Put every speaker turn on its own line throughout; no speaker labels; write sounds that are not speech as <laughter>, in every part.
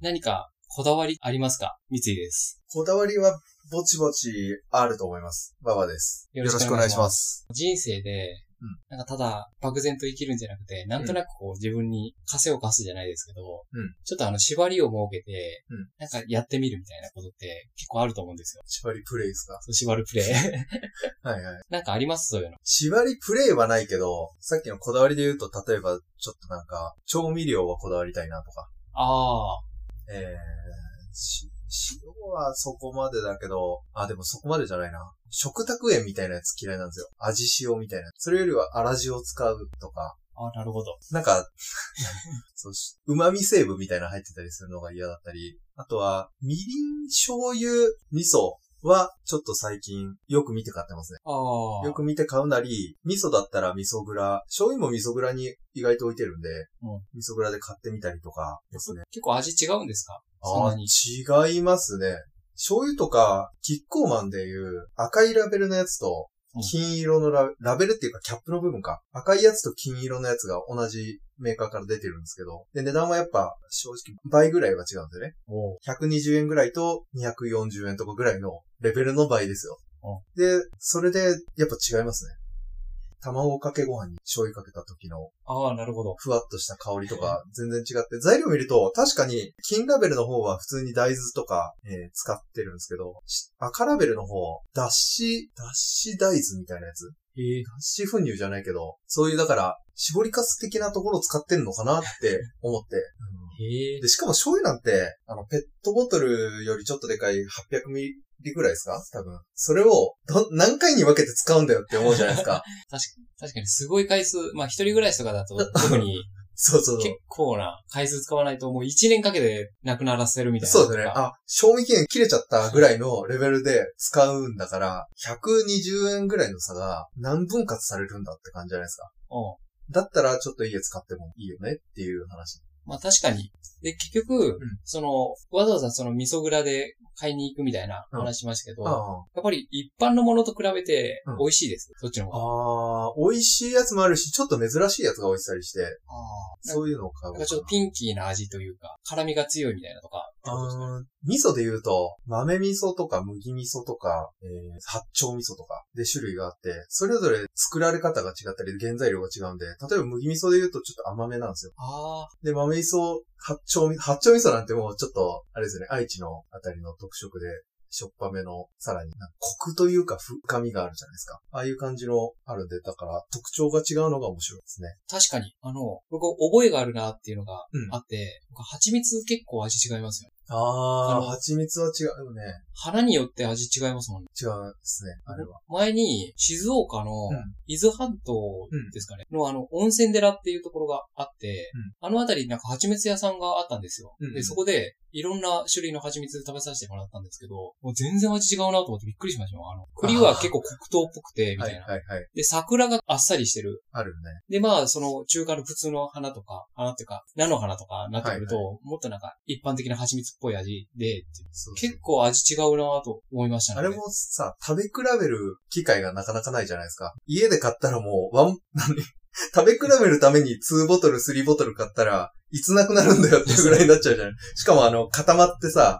何かこだわりありますか三井です。
こだわりはぼちぼちあると思います。ババです。
よ
よ
ろ
ろ
し
し
く
く
お
お
願い
願い
し
し
ま
ます。
人生で、なんかただ漠然と生きるんじゃなくて、なんとなくこう自分に枷を課すじゃないですけど、
うん
ちょっとあの縛りを設けて、
うん
なんかやってみるみたいなことって結構あると思うんですよ。
縛りプレイですか
そう縛るプレ <laughs> イ。
はいはい。
なんかありますそういうの。
縛りプレイはないけど、さっきのこだわりで言うと、例えばちょっとなんか、調味料はこだわりたいなとか、
ああ、
えー、し塩はそこまでだけど、あ、でもそこまでじゃないな。食卓塩みたいなやつ嫌いなんですよ。味塩みたいな。それよりは粗塩を使うとか、
ああ、なるほど。
なんか、 <laughs> そうし、旨味成分みたいなの入ってたりするのが嫌だったり、あとは、みりん、醤油、味噌は、ちょっと最近、よく見て買ってますね。
ああ。
よく見て買うなり、味噌だったら味噌蔵、醤油も味噌蔵に意外と置いてるんで、
うん
味噌蔵で買ってみたりとかですね。
結構味違うんですかそん
あ
なに。
あ、違いますね。醤油とか、キッコーマンでいう赤いラベルのやつと
うん、
金色のラ,、ラベルっていうかキャップの部分か。赤いやつと金色のやつが同じメーカーから出てるんですけど。で、値段はやっぱ正直倍ぐらいは違うんでね。
おう
120円ぐらいと240円とかぐらいのレベルの倍ですよ。で、それでやっぱ違いますね。卵かけご飯に醤油かけた時の
ああ、なるほど。
ふわっとした香りとか全然違って、材料見ると確かに金ラベルの方は普通に大豆とか、えー使ってるんですけど、し赤ラベルの方、脱脂、脱脂大豆みたいなやつ。
ええ
脱脂粉乳じゃないけど、そういうだから、絞りかす的なところを使ってんのかなって思って。
へえ
で、しかも醤油なんて、あの、ペットボトルよりちょっとでかい800ミリぐらいですか多分。それを、ど、何回に分けて使うんだよって思うじゃないですか。
確かにすごい回数、まあ一人暮らしとかだ <laughs> と特に
そうそうそう
結。構な回数使わないともう一年かけてなくならせるみたいな。
そうですね。あ、賞味期限切れちゃったぐらいのレベルで使うんだから、120円ぐらいの差が何分割されるんだって感じじゃないですか。
うん。
だったらちょっと家使ってもいいよねっていう話。
まあ確かに。で、結局、その、わざわざその味噌蔵で買いに行くみたいな
うん
話しましたけど、や
あ
っぱり一般のものと比べて
うん
美味しいです。そっちの方が。
あー、美味しいやつもあるし、ちょっと珍しいやつが置いてたりして、
なんか
そういうのを買う
なん
か
か
な。
ちょっとピンキーな味というか、辛味が強いみたいなとか。
あー味噌で言うと、豆味噌とか麦味噌とか、えー八丁味噌とかで種類があって、それぞれ作られ方が違ったり、原材料が違うんで、例えば麦味噌で言うとちょっと甘めなんですよ。
ああ、
で、豆味噌、八丁味噌、八丁味噌なんてもうちょっと、あれですよね、愛知のあたりの特色で、しょっぱめの、さらに、なんかコクというか深みがあるじゃないですか。ああいう感じのあるんで、だから特徴が違うのが面白いですね。
確かに。あの、僕覚えがあるなっていうのが
うん
あって、僕蜂蜜結構味違いますよ。
あ
あ
あ
の
蜂蜜は違うね。
花によって味違いますもんね。
違うですね、あれは。
前に、静岡の
うん
伊豆半島ですかね、のあの、温泉寺っていうところがあって、あの辺りになんか蜂蜜屋さんがあったんですよ。
うんうん
で、そこで、いろんな種類の蜂蜜食べさせてもらったんですけど、もう全然味違うなと思ってびっくりしましたよ。あの、栗は結構黒糖っぽくて、み
は
た
い
い
は
な。
いはい。
で、桜があっさりしてる。
あるね。
で、まあ、その、中華の普通の花とか、花っていうか、菜の花とかなってくると、
は
もっとなんか、一般的な蜂蜜っぽい味で、
そうそう
結構味違うなと思いましたね。
あれもさ、食べ比べる機会がなかなかないじゃないですか。家で買ったらもう、ワン、何 <laughs> 食べ比べるために2ボトル、3ボトル買ったら、いつなくなるんだよっていうぐらいになっちゃうじゃない。しかもあの、固まってさ、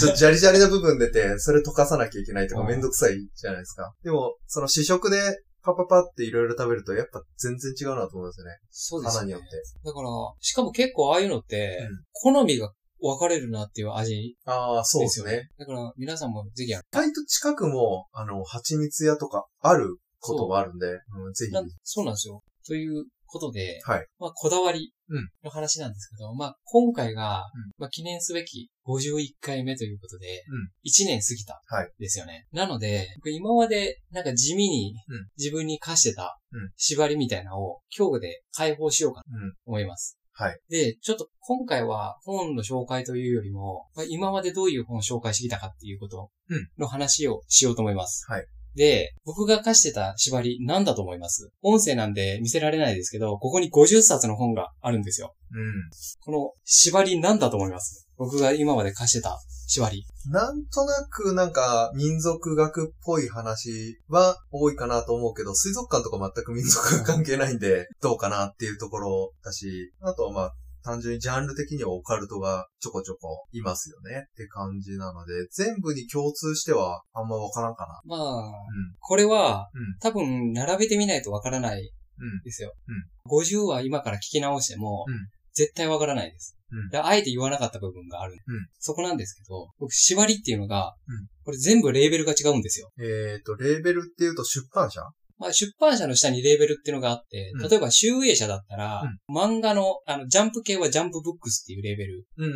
ちょっとジャリジャリの部分出て、それ溶かさなきゃいけないとか
うん
めんどくさいじゃないですか。でも、その試食で、パパパっていろいろ食べると、やっぱ全然違うなと思うんですよね。
そうです
花
よ
に
ね
よって。。
だから、しかも結構ああいうのって
うん、
好みが分かれるなっていう味
ああ、そう
で
ですす
よ
ね
ね。。だから、皆さんもぜひ、
意外と近くも、あの、蜂蜜屋とかあることがあるんで、うん、ぜひ。
なんそうなんですよ。ということで、
はい
まあ、こだわり
うん
の話なんですけど、まあ、今回が、
うん
まあ、記念すべき51回目ということで、
うん
1年過ぎた
はい、
ですよね。なので、僕今まで、なんか地味に
うん、
自分に課してた
うん、
縛りみたいなのを、今日で解放しようかな
うん
と思います。
はい。
で、ちょっと今回は本の紹介というよりも、まあ今までどういう本を紹介してきたかっていうこと
うん
の話をしようと思います。
はい。
で、僕が課してた縛り何だと思います音声なんで見せられないですけど、ここに50冊の本があるんですよ。
うん。
この縛り何だと思います僕が今まで課してた縛り。
なんとなくなんか民族学っぽい話は多いかなと思うけど、水族館とか全く民族学関係ないんで、どうかなっていうところだし、あとはまあ、単純にジャンル的にはオカルトがちょこちょこいますよねって感じなので、全部に共通してはあんまわからんかな。
まあ、これは、
うん
多分、並べてみないとわからない
うん。うん。
ですよ。50は今から聞き直しても、
うん
絶対わからないです。
うん
だからあえて言わなかった部分がある。
うん
そこなんですけど、僕、縛りっていうのが、
うん
これ全部レーベルが違うんですよ。
えっ、と、レーベルっていうと出版社
まあ、出版社の下にレーベルっていうのがあって、
うん
例えば、集英社だったら、漫画の、あの、ジャンプ系はジャンプブックスっていうレーベル。
うん。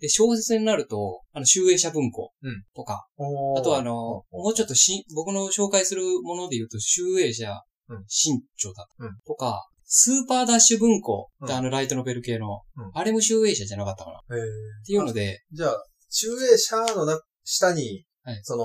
で、小説になると、あの、集英社文庫
うん
とか、
おー
あとはあの、
おー
もうちょっとし、僕の紹介するもので言うと、集英社
うん、
新潮だ
うん
とか、スーパーダッシュ文庫っ
う
て
ん
あのライトノベル系の
うん、
あれも集英社じゃなかったかなっ
えー
ていうので、
じゃあ、中英社のな下に、
はい
その、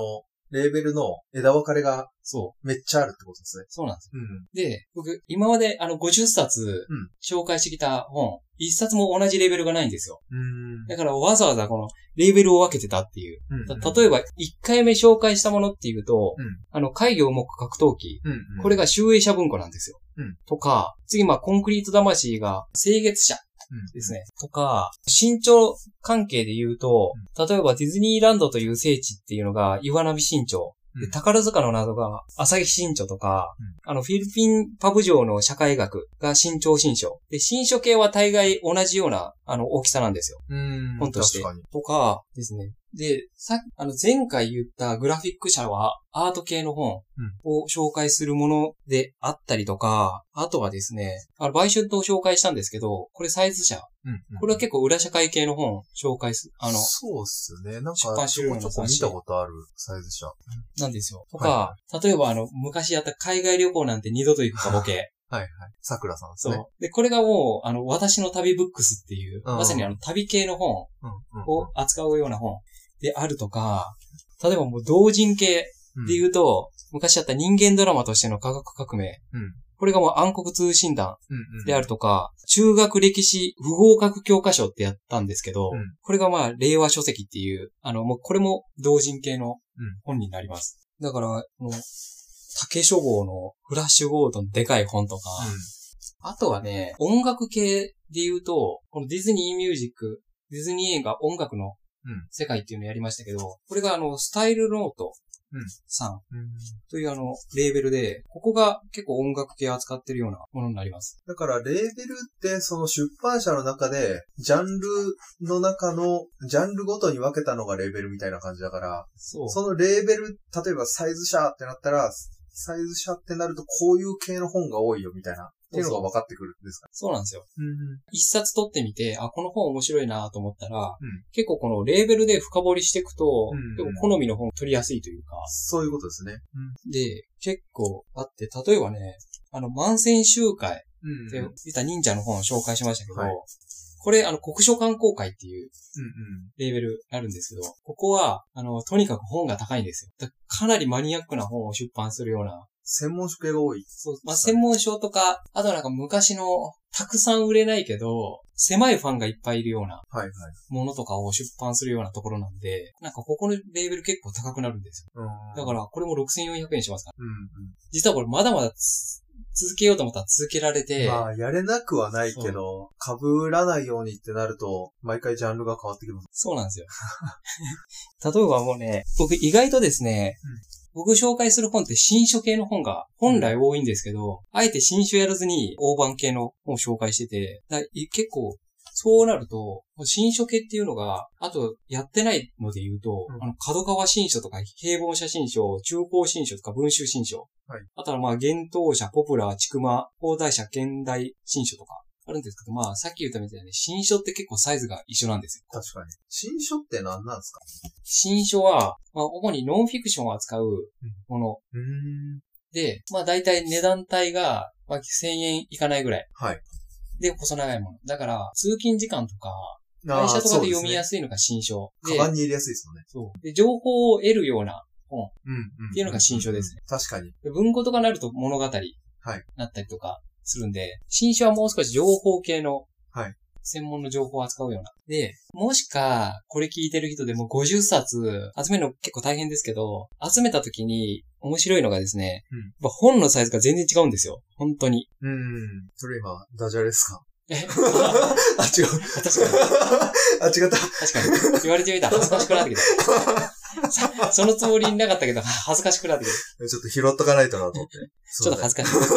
レーベルの枝分かれが
そう、
めっちゃあるってことですね。
そうなんです。
うん。
で、僕、今まであの50冊
うん
紹介してきた本、1冊も同じレベルがないんですよ。
うん
だからわざわざこのレベルを分けてたっていう。
うん。
た例えば、1回目紹介したものっていうと、
うん
あの、海洋目格闘技、
うん、うん。
これが集英社文庫なんですよ。
うん
とか、次、まあ、コンクリート魂が清月社
うん、
ですね。とか、身長関係で言うと、例えばディズニーランドという聖地っていうのが岩波新潮。
う
で
ん
宝塚の謎が朝日新潮とか、
う
あの、フィリピンパブ城の社会学が新潮新書。で、新書系は大概同じような、あの、大きさなんですよ。
うん。
本として
確かに。
とかですね。で、さっき、あの、前回言ったグラフィック社はアート系の本を紹介するものであったりとか、あとはですね、あの、売春と紹介したんですけど、これサイズ社。
うん、うん。
これは結構裏社会系の本を紹介する、あの、
そうっすね。なんか、ち
出
ょ
版資料
こ
の
ちょ
雑誌
こ見たことあるサイズ社。
なんですよ。と
は
か、例えばあの、昔やった海外旅行なんて二度と行くかボケ。
はいはい。桜さんです
そう
ね。。
で、これがもう、あの、私の旅ブックスっていう、
うん
まさにあの、旅系の本
うんうんうん。
を扱うような本であるとか、例えばもう同人系
うん
で言うと、昔あった人間ドラマとしての科学革命。
うん
これがもう暗黒通信団
うんうん。
であるとか、中学歴史不合格教科書ってやったんですけど、
うん
これがまあ令和書籍っていう、あのもうこれも同人系の
うん
本になります。だから、もう竹書房のフラッシュゴードのでかい本とか、あとはね、音楽系で言うと、このディズニーミュージック、ディズニー映画音楽の
うん
世界っていうのをやりましたけど、これがあの、スタイルノートさん
うん。うん。
というあの、レーベルで、ここが結構音楽系扱ってるようなものになります。
だから、レーベルって、その出版社の中で、ジャンルの中の、ジャンルごとに分けたのがレーベルみたいな感じだから、
そう。
そのレーベル、例えばサイズ社ってなったら、サイズ社ってなるとこういう系の本が多いよみたいな、っていうのが分かってくるんですか
そうなんですよ。
うん。
一冊取ってみて、あ、この本面白いなと思ったら、
うん
結構このレーベルで深掘りしていくと、
うん
結構好みの本取りやすいというか、
そういうことですね。
で、結構あって、例えばね、あの、万千集会
うん
で
うん。うんうん。
出た忍者の本を紹介しましたけど、
はい
これ、あの、国書観光会っていうレーベルあるんですけど、ここは、あの、とにかく本が高いんですよ。だかなりマニアックな本を出版するような
専門書系が多い。
そう、まあ、専門書とか、あとなんか昔の、たくさん売れないけど、狭いファンがいっぱいいるような
はいはい。
ものとかを出版するようなところなんで、なんかここのレーベル結構高くなるんです
うん
よ。だから、これも6400円しますから。
うん
実はこれまだまだつ続けようと思ったら続けられ
うん。
て、
まあ、やれなくはないけど、被らないようにってなると、毎回ジャンルが変わってきます。
そうなんですよ。 <laughs> 例えばもうね、僕意外とですね、
うん
僕紹介する本って新書系の本が本来多いんですけど、あえて新書やらずに大判系の本を紹介してて、だい結構、そうなると、新書系っていうのが、あと、やってないので言うと、
うん
あの、角川新書とか、平凡写真書、中高新書とか、文集新書。
はい
あとは、まあ、幻冬者、ポプラー、筑馬、放題者、現代新書とか、あるんですけど、まあ、さっき言ったみたいに、新書って結構サイズが一緒なんですよ。
確かに。新書って何なんですか
新書は、まあ、主にノンフィクションを扱うもの
うん。
で、まあ、大体値段帯が、まあ、1000円いかないぐらい。
はい。
で、細長いもの。だから、通勤時間とか、
あー
会社とかで読みや
す
すいのが新書。
い。カバンに入れやすいですよね。
そうで情報を得るような、
うんうん。
っていうのが新書です
ね。確かに。
で文庫とかなると物語、
はい
なったりとかするんで、新書はもう少し情報系の、
はい
専門の情報を扱うような。で、もしか、これ聞いてる人でも50冊集めるの結構大変ですけど、集めた時に面白いのがですね、
うん
やっぱ本のサイズが全然違うんですよ。本当に。
うん。それ今、ダジャレですか
え、<laughs>
<laughs> あ、違 <laughs> う。
確かに、
あ、違った。
確かに。言われてみたら恥ずかしくなってきた。 <laughs> さそのつもりなかったけど、恥ずかしくなってきた。
ちょっと拾っとかないとなと思って。
ちょっと恥ずかしい。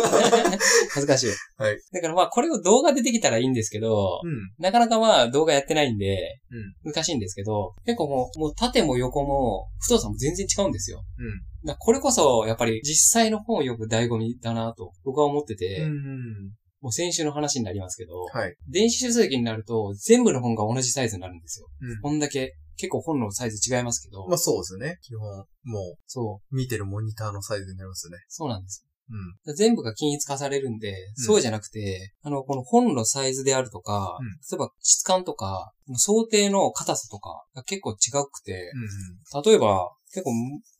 恥ずかしい。
はい
だからまあ、これを動画でできたらいいんですけど、
うん。
なかなかまあ、動画やってないんで、難しいんですけど、結構もう、もう縦も横も、太さも全然違うんですよ。
うん
だからこれこそ、やっぱり実際の本を読む醍醐味だなと、僕は思ってて、
うん。うん。
もう先週の話になりますけど、
はい。
電子書籍になると、全部の本が同じサイズになるんですよ。
うん
こんだけ、結構本のサイズ違いますけど、
まあそうですよね。基本、も
そう、
う、見てるモニターのサイズになりますよね。
そうなんです。
うん。
全部が均一化されるんで、
うん
そうじゃなくて、あの、この本のサイズであるとか、
うん
例えば質感とか、想定の硬さとかが結構違くて、
うん。
例えば、結構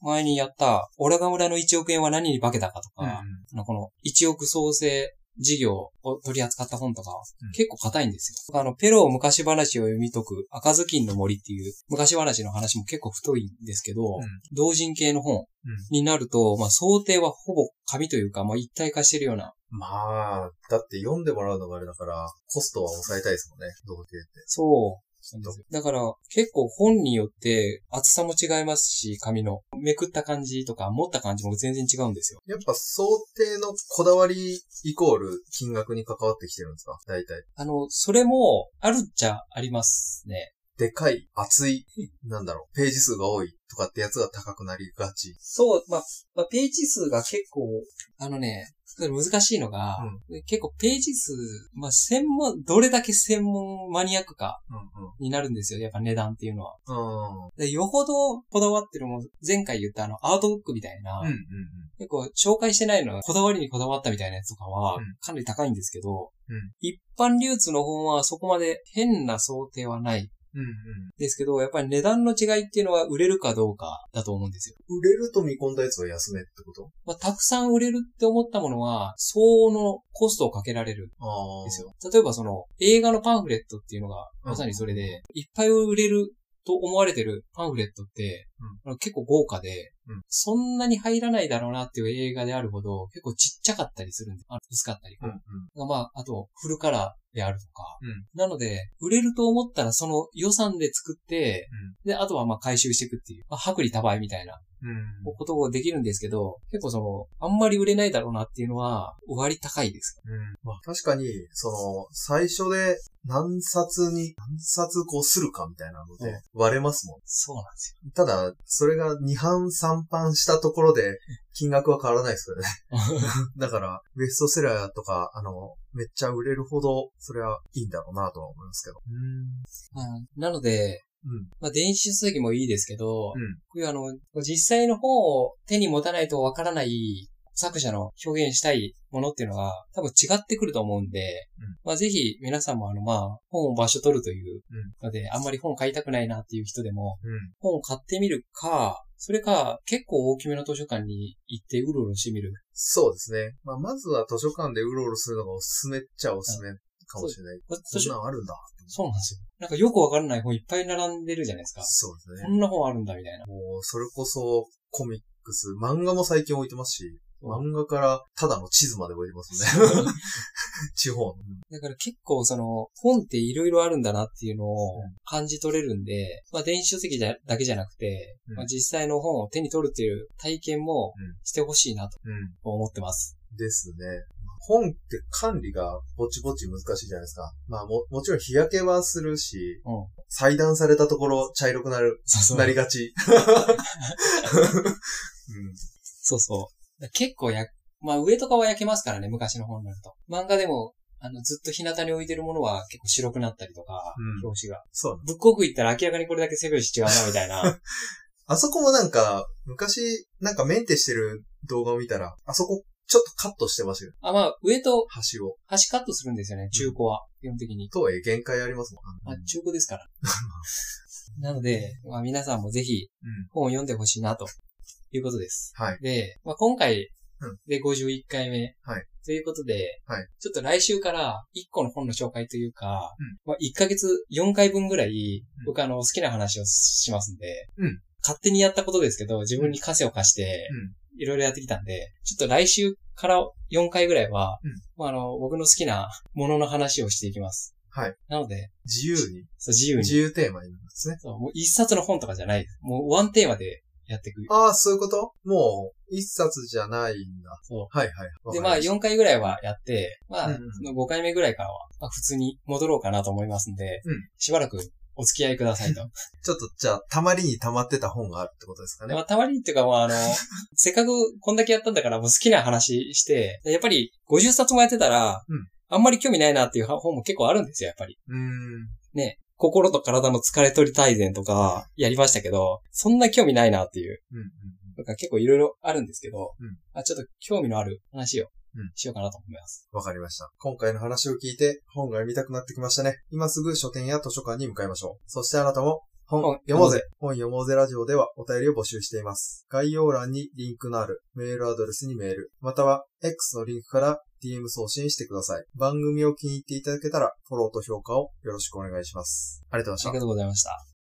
前にやった、オラが村の1億円は何に化けたかとか、
うん。
あのこの1億創生事業を取り扱った本とか、
うん
結構硬いんですよ。あの、ペロー昔話を読み解く赤ずきんの森っていう昔話の話も結構太いんですけど、
うん
同人系の本
うん
になると、まあ想定はほぼ紙というか、まあ一体化してるような、
まあ、だって読んでもらうのがあれだから、コストは抑えたいですもんね、同型って。
そう。だから、結構本によって厚さも違いますし、紙の。めくった感じとか持った感じも全然違うんですよ。
やっぱ想定のこだわりイコール金額に関わってきてるんですか大体。
あの、それも、あるっちゃありますね。
でかい、厚い、なんだろう、ページ数が多いとかってやつが高くなりがち。
そう、まあ、まあ、ページ数が結構、あのね、難しいのが、結構ページ数、まあ、専門、どれだけ専門マニアックか
うん
になるんですよ。やっぱ値段っていうのは。
うん。うん。
でよほどこだわってるもん、前回言ったあの、アートブックみたいな、
うんうん
結構紹介してないのはこだわりにこだわったみたいなやつとかは
うん、
かなり高いんですけど、
うん
一般流通の本はそこまで変な想定はない
うん。うん
ですけど、やっぱり値段の違いっていうのは売れるかどうかだと思うんですよ。
うん。売れると見込んだやつは安めってこと
まあ、たくさん売れるって思ったものは、相応のコストをかけられる
あ
ん
あ。
ですよ。例えばその映画のパンフレットっていうのが、まさにそれで、いっぱい売れると思われてるパンフレットって、あの結構豪華で、
うん
そんなに入らないだろうなっていう映画であるほど、結構ちっちゃかったりするんで、あの薄かったり。
うんうん。
まあ、あと、フルカラーであるとか。
うん
なので、売れると思ったらその予算で作って、で、あとはまあ回収していくっていう、まあ、薄利多売みたいな
うん。
ことをできるんですけど、結構その、あんまり売れないだろうなっていうのは、割高いです。
うんまあ、確かに、その、最初で何冊に、何冊こうするかみたいなの
う
で、割れますも
そうなんです
ん。ただ、それが2版3版したところで、金額は変わらないですからね。 <laughs> だから、ベストセラーとか、あの、めっちゃ売れるほど、それはいいんだろうなとは思いますけど。
よ。うんなので、
うん。
まあ、電子書籍もいいですけど、
うん。
こういうあの、実際の本を手に持たないとわからない作者の表現したいものっていうのが多分違ってくると思うんで、
うん
まあぜひ皆さんもあのまあ本を場所取るというので、あんまり本買いたくないなっていう人でも
うん。
本を買ってみるか、それか結構大きめの図書館に行ってうろうろしてみる。
そうですね。まあ、まずは図書館でうろうろするのがおすすめっちゃおすすめかもしれない。
図
そん
書
なんあるんだ。
そうなんですよ。なんかよくわからない本いっぱい並んでるじゃないですか。
そうですね
こ。んな本あるんだみたいな。
もう、それこそ、コミックス、漫画も最近置いてますし、
うん
漫画から、ただの地図まで置いてます <laughs> ね。地方の。
だから結構その本っていろいろあるんだなっていうのを感じ取れるんで、まあ電子書籍じゃだけじゃなくて、
うん
まあ実際の本を手に取るっていう体験も
うん
してほしいなと
うん。
思ってます。
ですね。本って管理がぼちぼち難しいじゃないですか。まあも、もちろん日焼けはするし、
うん。
裁断されたところ茶色くなる、
そうそ
な
う。
り
<laughs>
がち。うん
そうそう。だから結構や、まあ上とかは焼けますからね、昔の本になると。漫画でも、あの、ずっと日向に置いてるものは結構白くなったりとか、
うん
表紙が。
そうね。
ブックオフ行ったら明らかにこれだけ背拍子違うな、みたい
<laughs>
な。
あそこもなんか、昔、なんかメンテしてる動画を見たら、あそこ、ちょっとカットしてましたよ。
あ、まあ、上と
端を。
端カットするんですよね、中古は。基本的に。
とはいえ限界ありますもん。
あ、中古です <laughs> から。なので、まあ、皆さんもぜひ
うん。
本を読んでほしいなということです。
はい。
で、まあ、今回
うん
で51回目。
はい
ということで、
はい
ちょっと来週から1個の本の紹介というか、
うん
まあ、1ヶ月4回分ぐらい
うん
僕あの好きな話をしますんで、
うん
勝手にやったことですけど、自分に枷を貸して
うん、
いろいろやってきたんで、ちょっと来週から4回ぐらいは、
うん
まあ、あの、僕の好きなものの話をしていきます。
はい。
なので、
自由に。
そう自由に。
自由テーマになるんですね。
そうもう一冊の本とかじゃないです。もうワンテーマでやっていく。
ああ、そういうこともう、一冊じゃないんだ。
そ
はいはい。わか
で、
り
まあ
した
4回ぐらいはやって、ま
うん
あ、
うん
その5回目ぐらいからは、まあ、普通に戻ろうかなと思いますんで、
うん
しばらくお付き合いくださいと。
<laughs> ちょっと、じゃあ、たまりに溜まってた本があるってことですかね。
まあ、たまにっていうか、まあ、あの、 <laughs> せっかくこんだけやったんだから、もう好きな話して、やっぱり50冊もやってたら、
うん
あんまり興味ないなっていう本も結構あるんですよ、やっぱり。
うーん。
心と体の疲れ取り大全とか、やりましたけど、そんな興味ないなっていう、
うんうんうん。
なんか結構いろいろあるんですけど、
うん
まあ、ちょっと興味のある話を
うん
しようかなと思います。
わかりました。今回の話を聞いて、本が読みたくなってきましたね。今すぐ書店や図書館に向かいましょう。そしてあなたも、本
本
読もうぜ本読もうぜラジオではお便りを募集しています。概要欄にリンクのあるメールアドレスにメール、または X のリンクから DM 送信してください。番組を気に入っていただけたら、フォローと評価をよろしくお願いします。ありがとうございました
あり。がとうございました。